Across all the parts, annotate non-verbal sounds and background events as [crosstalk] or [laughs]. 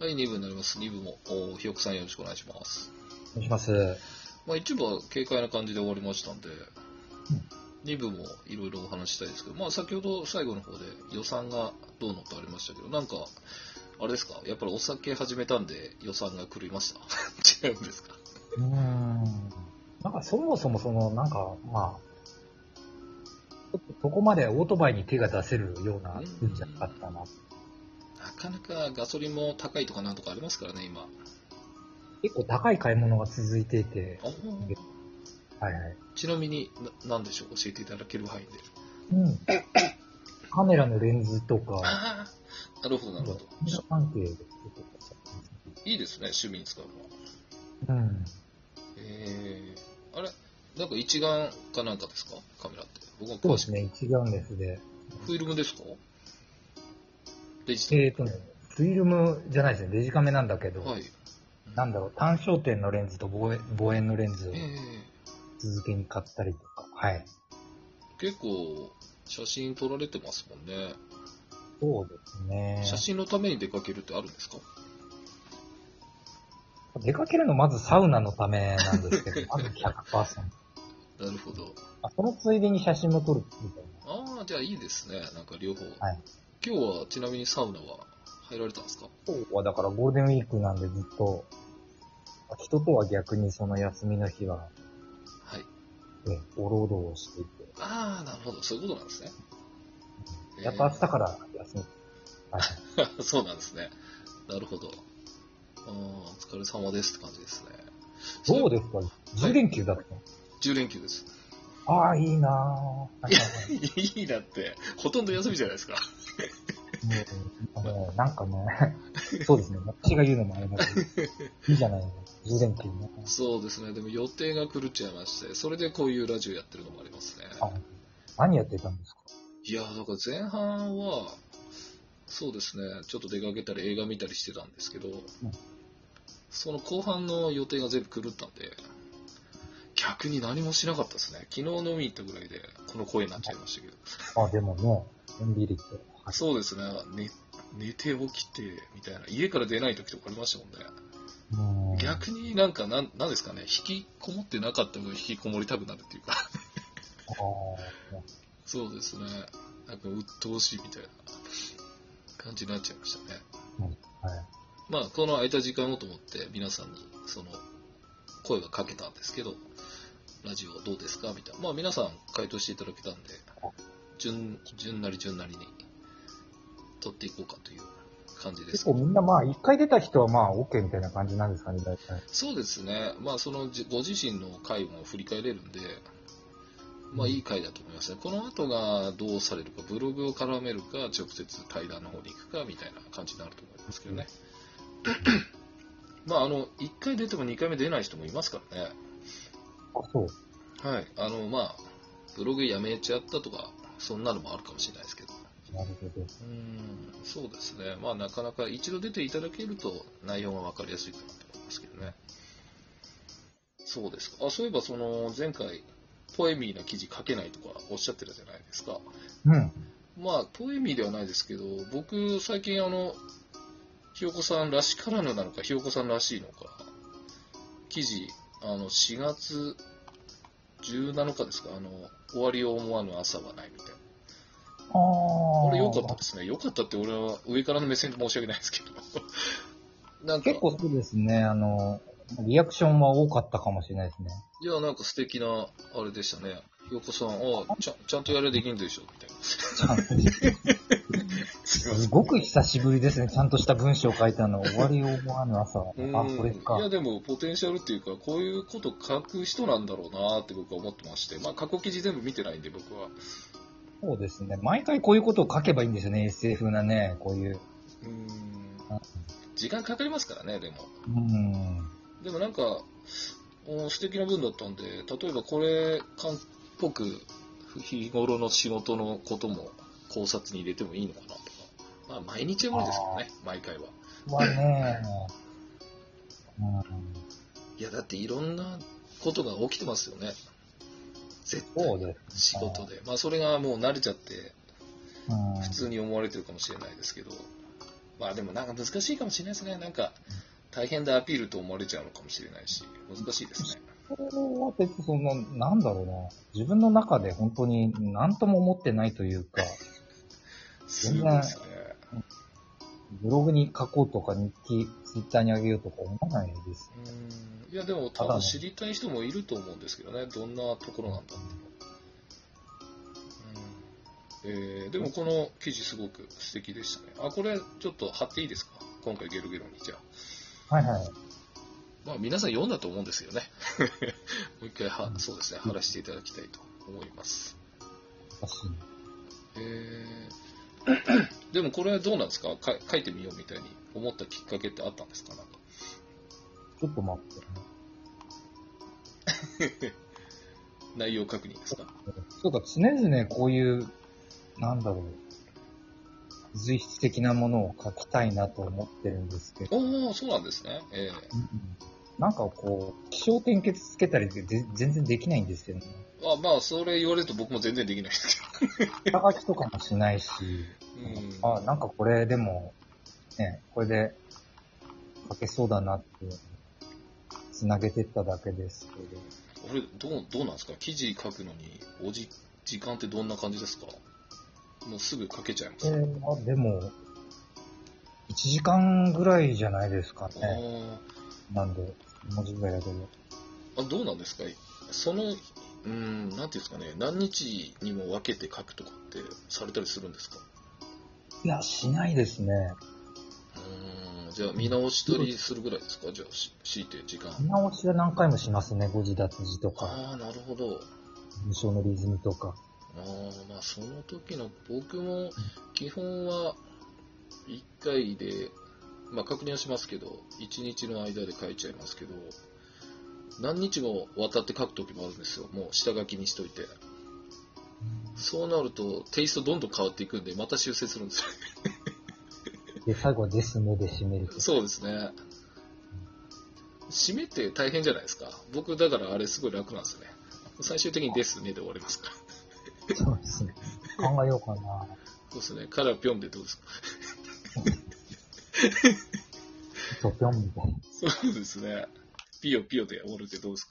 はい、2部になります。2部も、おひよこさんよろしくお願いします。お願いします。まあ、1部は軽快な感じで終わりましたんで、2部もいろいろお話ししたいですけど、まあ、先ほど最後の方で予算がどうのってありましたけど、なんか、あれですか、やっぱりお酒始めたんで予算が狂いました [laughs] 違うんですかうーん。なんかそもそもその、なんか、まあ、ちょっとそこまでオートバイに手が出せるような運じゃなかったな。なかなかガソリンも高いとかなんとかありますからね、今。結構高い買い物が続いていて、あはいはい。ちなみに、ななんでしょう、教えていただける範囲で。うん。 [coughs] カメラのレンズとか、ああ、 [laughs] なるほど、なるほど。カメラ関係で結いいですね、趣味に使うのは。構うん。えー、あれなんか一眼かなんかですかカメラって。僕はそう詳でしすく、ね、一眼レフで。フィルムですかレジえーとね、フィルムじゃないですね、レジカメなんだけど、はい。なんだろう、単焦点のレンズと望遠望遠のレンズをえ続けに買ったりとか、はい。ー、結構、写真撮られてますもんね。そうですね。写真のために出かけるってあるんですか出かけるのまずサウナのためなんで [laughs] すけど、まず100%。なるほど。あそのついでに写真も撮るみたいな。ああ、じゃあいいですね。なんか両方。はい今日はちなみにサウナは入られたんですか今日はだからゴールデンウィークなんでずっと、人とは逆にその休みの日は、はい。ね、お労働をしていああ、なるほど。そういうことなんですね。て、やっぱ明日から休み。はい。 [laughs] そうなんですね。なるほど。あーお疲れ様ですって感じですね。どうですか ?10 連休だったの10連休です。 [laughs] ああ、いいなぁ。なんかいいなって、ほとんど休みじゃないですか。 [laughs] もう、なんかね、そうですね。私が言うのもあれだけど、いいじゃないの。10連休ね。そうですね、でも予定が狂っちゃいまして、それでこういうラジオやってるのもありますね。あ何やってたんですかいやー、だから前半は、そうですね、ちょっと出かけたり映画見たりしてたんですけど、その後半の予定が全部狂ったんで、逆に何もしなかったですね。昨日飲み行ったぐらいで、この声になっちゃいましたけど。あ、でもね、のんびりって。そうですね、寝寝て起きて、みたいな。家から出ない時とかありましたもんね。うん逆になんかなん、なんですかね、引きこもってなかった分、引きこもりたくなるっていうか、 [laughs] あーそうですね、なんか鬱陶しいみたいな感じになっちゃいましたね。はい。まあ、この空いた時間をと思って、皆さんに、その、声がかけたんですけど、ラジオどうですかみたいな。まあ、皆さん回答していただけたんで、順、順なり順なりに、撮っていこうかという感じですけ結構ど。みんなまあ、一回出た人はまあ、OK みたいな感じなんですかね、大体。そうですね、まあ、そのじご自身の回も振り返れるんで、まあ、いい回だと思いますね、この後がどうされるか、ブログを絡めるか、直接対談の方に行くかみたいな感じになると思いますけどね。まあ、あの1回出ても2回目出ない人もいますからね、あ、そう。はいあのまあ、ブログやめちゃったとか、そんなのもあるかもしれないですけど、なるほど。うーんそうですね、まあ、なかなか一度出ていただけると内容が分かりやすいかなと思いますけどね。そうですか。あ、そういえば、その、前回、ポエミーな記事書けないとかおっしゃってたじゃないですか。うん。まあ、ポエミーではないですけど、僕、最近、あの、ひよこさんらしからぬなのか、ひよこさんらしいのか、記事、あの、4月17日ですか、あの、終わりを思わぬ朝はないみたいな。ああ。これ良かったですね。良かったって俺は上からの目線で申し訳ないですけど。 [laughs] なんか、結構そうですね、あの、リアクションは多かったかもしれないですね。いや、なんか素敵な、あれでしたね。ひよこさん、あちゃん、ちゃんとやれできんでしょみたいな。ちゃんとすいますせんごく久しぶりですね、ちゃんとした文章を書いたの。終わりを思わぬ朝は。うあ、んこれかいや、。でも、ポテンシャルっていうか、こういうこと書く人なんだろうなって僕は思ってまして、まあ、過去記事全部見てないんで、僕は。そうですね。毎回こういうことを書けばいいんですよね、SF なね、こういう。うん。時間かかりますからね、でも。うん。でもなんか、お素敵な文だったんで、例えばこれ、韓国、日頃の仕事のことも考察に入れてもいいのかなとか。まあ、毎日は無理ですからね、毎回は。はね、うん、いや、だっていろんなことが起きてますよね。絶そう対、です仕ね。事で。まあ、それがもう慣れちゃって、うん、普通に思われてるかもしれないですけど、まあでもなんか難しいかもしれないですね。なんか、大変でアピールと思われちゃうのかもしれないし、難しいですね。それは別にそんな、なんだろうな。自分の中で本当に何とも思ってないというか、すごいですね。ブログに書こうとか日記、ツイッターにあげようとか思わないです。うんいや、でも多分知りたい人もいると思うんですけどね、どんなところなんだっていうの。うんえーでもこの記事すごく素敵でしたね。あ、これちょっと貼っていいですか今回ゲロゲロに。じゃあ。はいはい。まあ皆さん読んだと思うんですよね。 [laughs] もう一回は、そうですね、貼らせていただきたいと思います。おかしいえーでもこれどうなんですかか書いてみようみたいに思ったきっかけってあったんですかなんかちょっと待ってね。内容確認ですかそうか、常々こういう、なんだろう、随筆的なものを書きたいなと思ってるんですけど、おおそうなんですね。えなんかこう、気象点結つけたりってぜ全然できないんです [laughs] よね。えあまあ、それ言われると僕も全然できないですけ下書きとかもしないし、ど。うん、あ、なんかこれでも、ね、これで書けそうだなって、つなげてっただけですけど、俺どう、どうなんですか記事書くのにおじ、時間ってどんな感じですかもうすぐ書けちゃいます。これはでも、1時間ぐらいじゃないですかあね。なんで、文字ぐらいだけど。ーあどうなんですかその、うん、なんていうんですかね、何日にも分けて書くとかってされたりするんですかいや、しないですね。うーんじゃあ見直し取りするぐらいですかじゃあし強いて時間見直しは何回もしますね。誤字脱字とか、ああなるほど無償のリズムとか。あーまあその時の僕も基本は1回でまあ確認はしますけど1日の間で書いちゃいますけど何日も渡って書く時もあるんですよもう下書きにしといてそうなるとテイストどんどん変わっていくんでまた修正するんですよで、最後はですねで締める。そうですね締めって大変じゃないですか僕だからあれすごい楽なんですよね最終的に「ですね」で終わりますからそうですね。考えようかな。そうですね。からぴょんでどうですかドピョンみたいな。そうですね。ピヨピヨで終わるってどうですか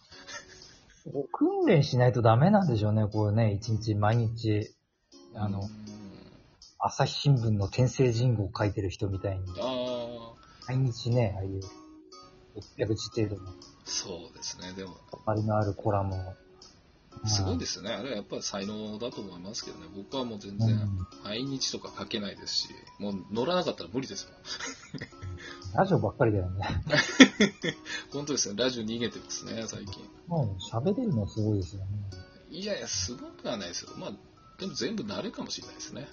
こう訓練しないとダメなんでしょうね。こうね、一日毎日、あのうん朝日新聞の天聖人語を書いてる人みたいに、ああ、毎日ね、ああいう600字程度のそうですね。でも、ありのあるコラムを。。すごいですすね。あれはやっぱり才能だと思いますけどね。僕はもう全うん然、毎日とか書けないですし、もう乗らなかったら無理ですもん。ラジオばっかりだよね。本当ですね。ラジオ逃げてますね、最近。もう喋れるのすごいですよね。いやいや、すごくはないですよ。まあ、でも全部慣れかもしれないですね。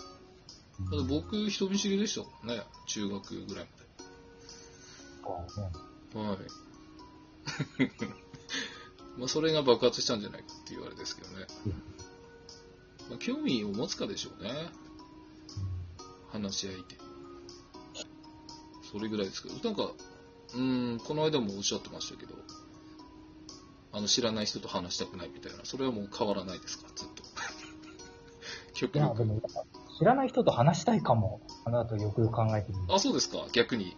だって僕、人見知りでしたもんね。中学ぐらいまで。そうねはい。 [laughs] まあそれが爆発したんじゃないかっていうあれですけどねうん。まあ、興味を持つかでしょうね。話し相手。それぐらいですけど、なんか、うーん、この間もおっしゃってましたけど、あの、知らない人と話したくないみたいな、それはもう変わらないですか、ずっと。 [laughs] い極や、力で。も、やっぱ知らない人と話したいかも。あの後よくよく考えてみると。あ、そうですか、逆に。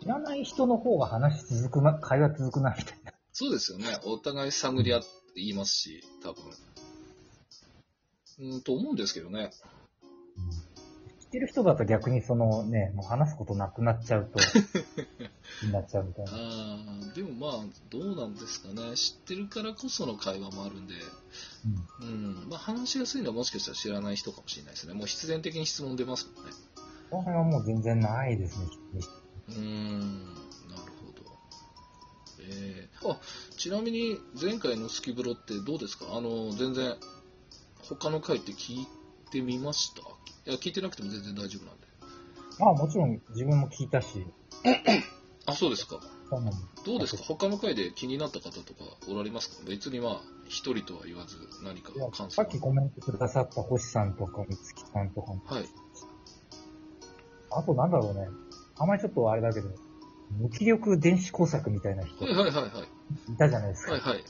知らない人の方が話続くな、会話続くな、みたいな。そうですよね。お互い探り合って言いますし、多分。うーん、と思うんですけどね。知ってる人だと逆にそのね、もう話すことなくなっちゃ [laughs] うと、気になっちゃうみたいな。あーでもまあどうなんですかね知ってるからこその会話もあるんで、うんまあ、話しやすいのはもしかしたら知らない人かもしれないですねもう必然的に質問出ますもんねこの辺はもう全然ないですね。うーんなるほどえーあちなみに前回のスキブロってどうですかあの全然他の回って聞いてみましたいや聞いてなくても全然大丈夫なんでまあもちろん自分も聞いたし、あそうですかそんなのどうですか他の回で気になった方とかおられますか別にまあ一人とは言わず何かいや感想さっはきコメントくださった星さんとか、三月さんとかも、はいあとなんだろうね。あんまりちょっとあれだけど、無気力電子工作みたいな人はいいはいはいはい。たじゃないですか。はいはい。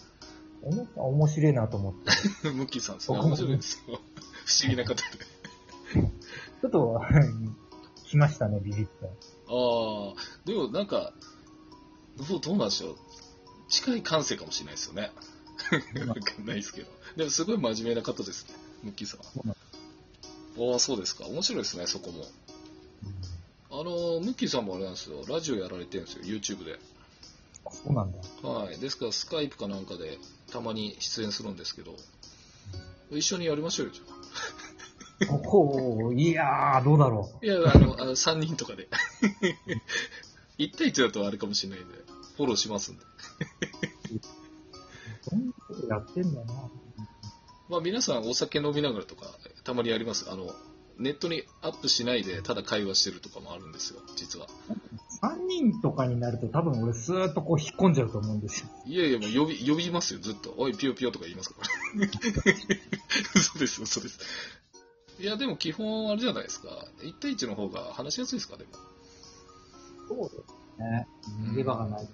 思った面白いなと思っ [laughs] て。ムッキーさんですね。僕も [laughs] 面白いですよ。不思議な方で。ちょっと、きましたね、ビビって。 [laughs] ああ、でもなんか、どうどうなんでしょう。近い感性かもしれないですよね。わかんないですけど。でもすごい真面目な方ですね、ムッキーさんうなん。ああ、そうですか。面白いですね、そこも。あのー、ムッキーさんもあれなんですよ。ラジオやられてるんですよ、YouTube で。そうなんだ。はい。ですから、スカイプかなんかで、たまに出演するんですけど、一緒にやりましょうよ。じゃあおほーいやー、どうだろいや、あの、あの3人とかで。1対1だとあれかもしれないんで、フォローしますんで。う。どんなことやってんだな。まあ皆さんお酒飲みながらとか、たまにやります。あの、ネットにアップしないで、ただ会話してるとかもあるんですよ、実は。 3人とかになると多分俺スーッとこう引っ込んじゃうと思うんですよ。いやいや、もう呼び、呼びますよ、ずっと。おい、ピヨピヨとか言いますから。 [laughs] そうですよ、そうです。いや、でも基本あれじゃないですか。1対1の方が話しやすいですか、でも。そうですね。逃げ場がない。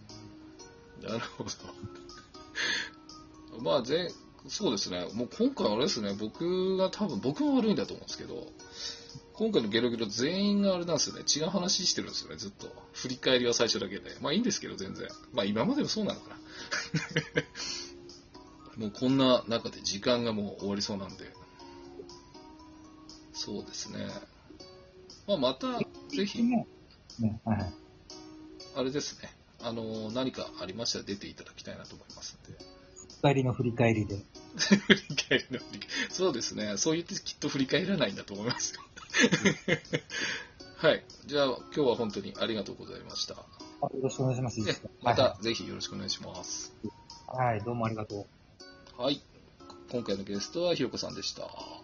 なるほど。まあ、ぜそうですね、もう今回あれですね、僕が多分、僕も悪いんだと思うんですけど、今回のゲロゲロ全員があれなんですよね、違う話してるんですよね、ずっと。振り返りは最初だけで。まあいいんですけど、全然。まあ今までもそうなの [laughs] かな。もうこんな中で時間がもう終わりそうなんで。そうですね。まあまた、ぜひ。ね。ね、はいはい。あれですね。あの、何かありましたら出ていただきたいなと思いますんで。二人の振り返りで。振り返りの振り返りそうですね。そう言ってきっと振り返らないんだと思いますよ。 [laughs] はい。じゃあ、今日は本当にありがとうございました。あよろしくお願いします。いいですかねまた、ぜひよろしくお願いします。はいはい、どうもありがとう。はい。今回のゲストはひろこさんでした。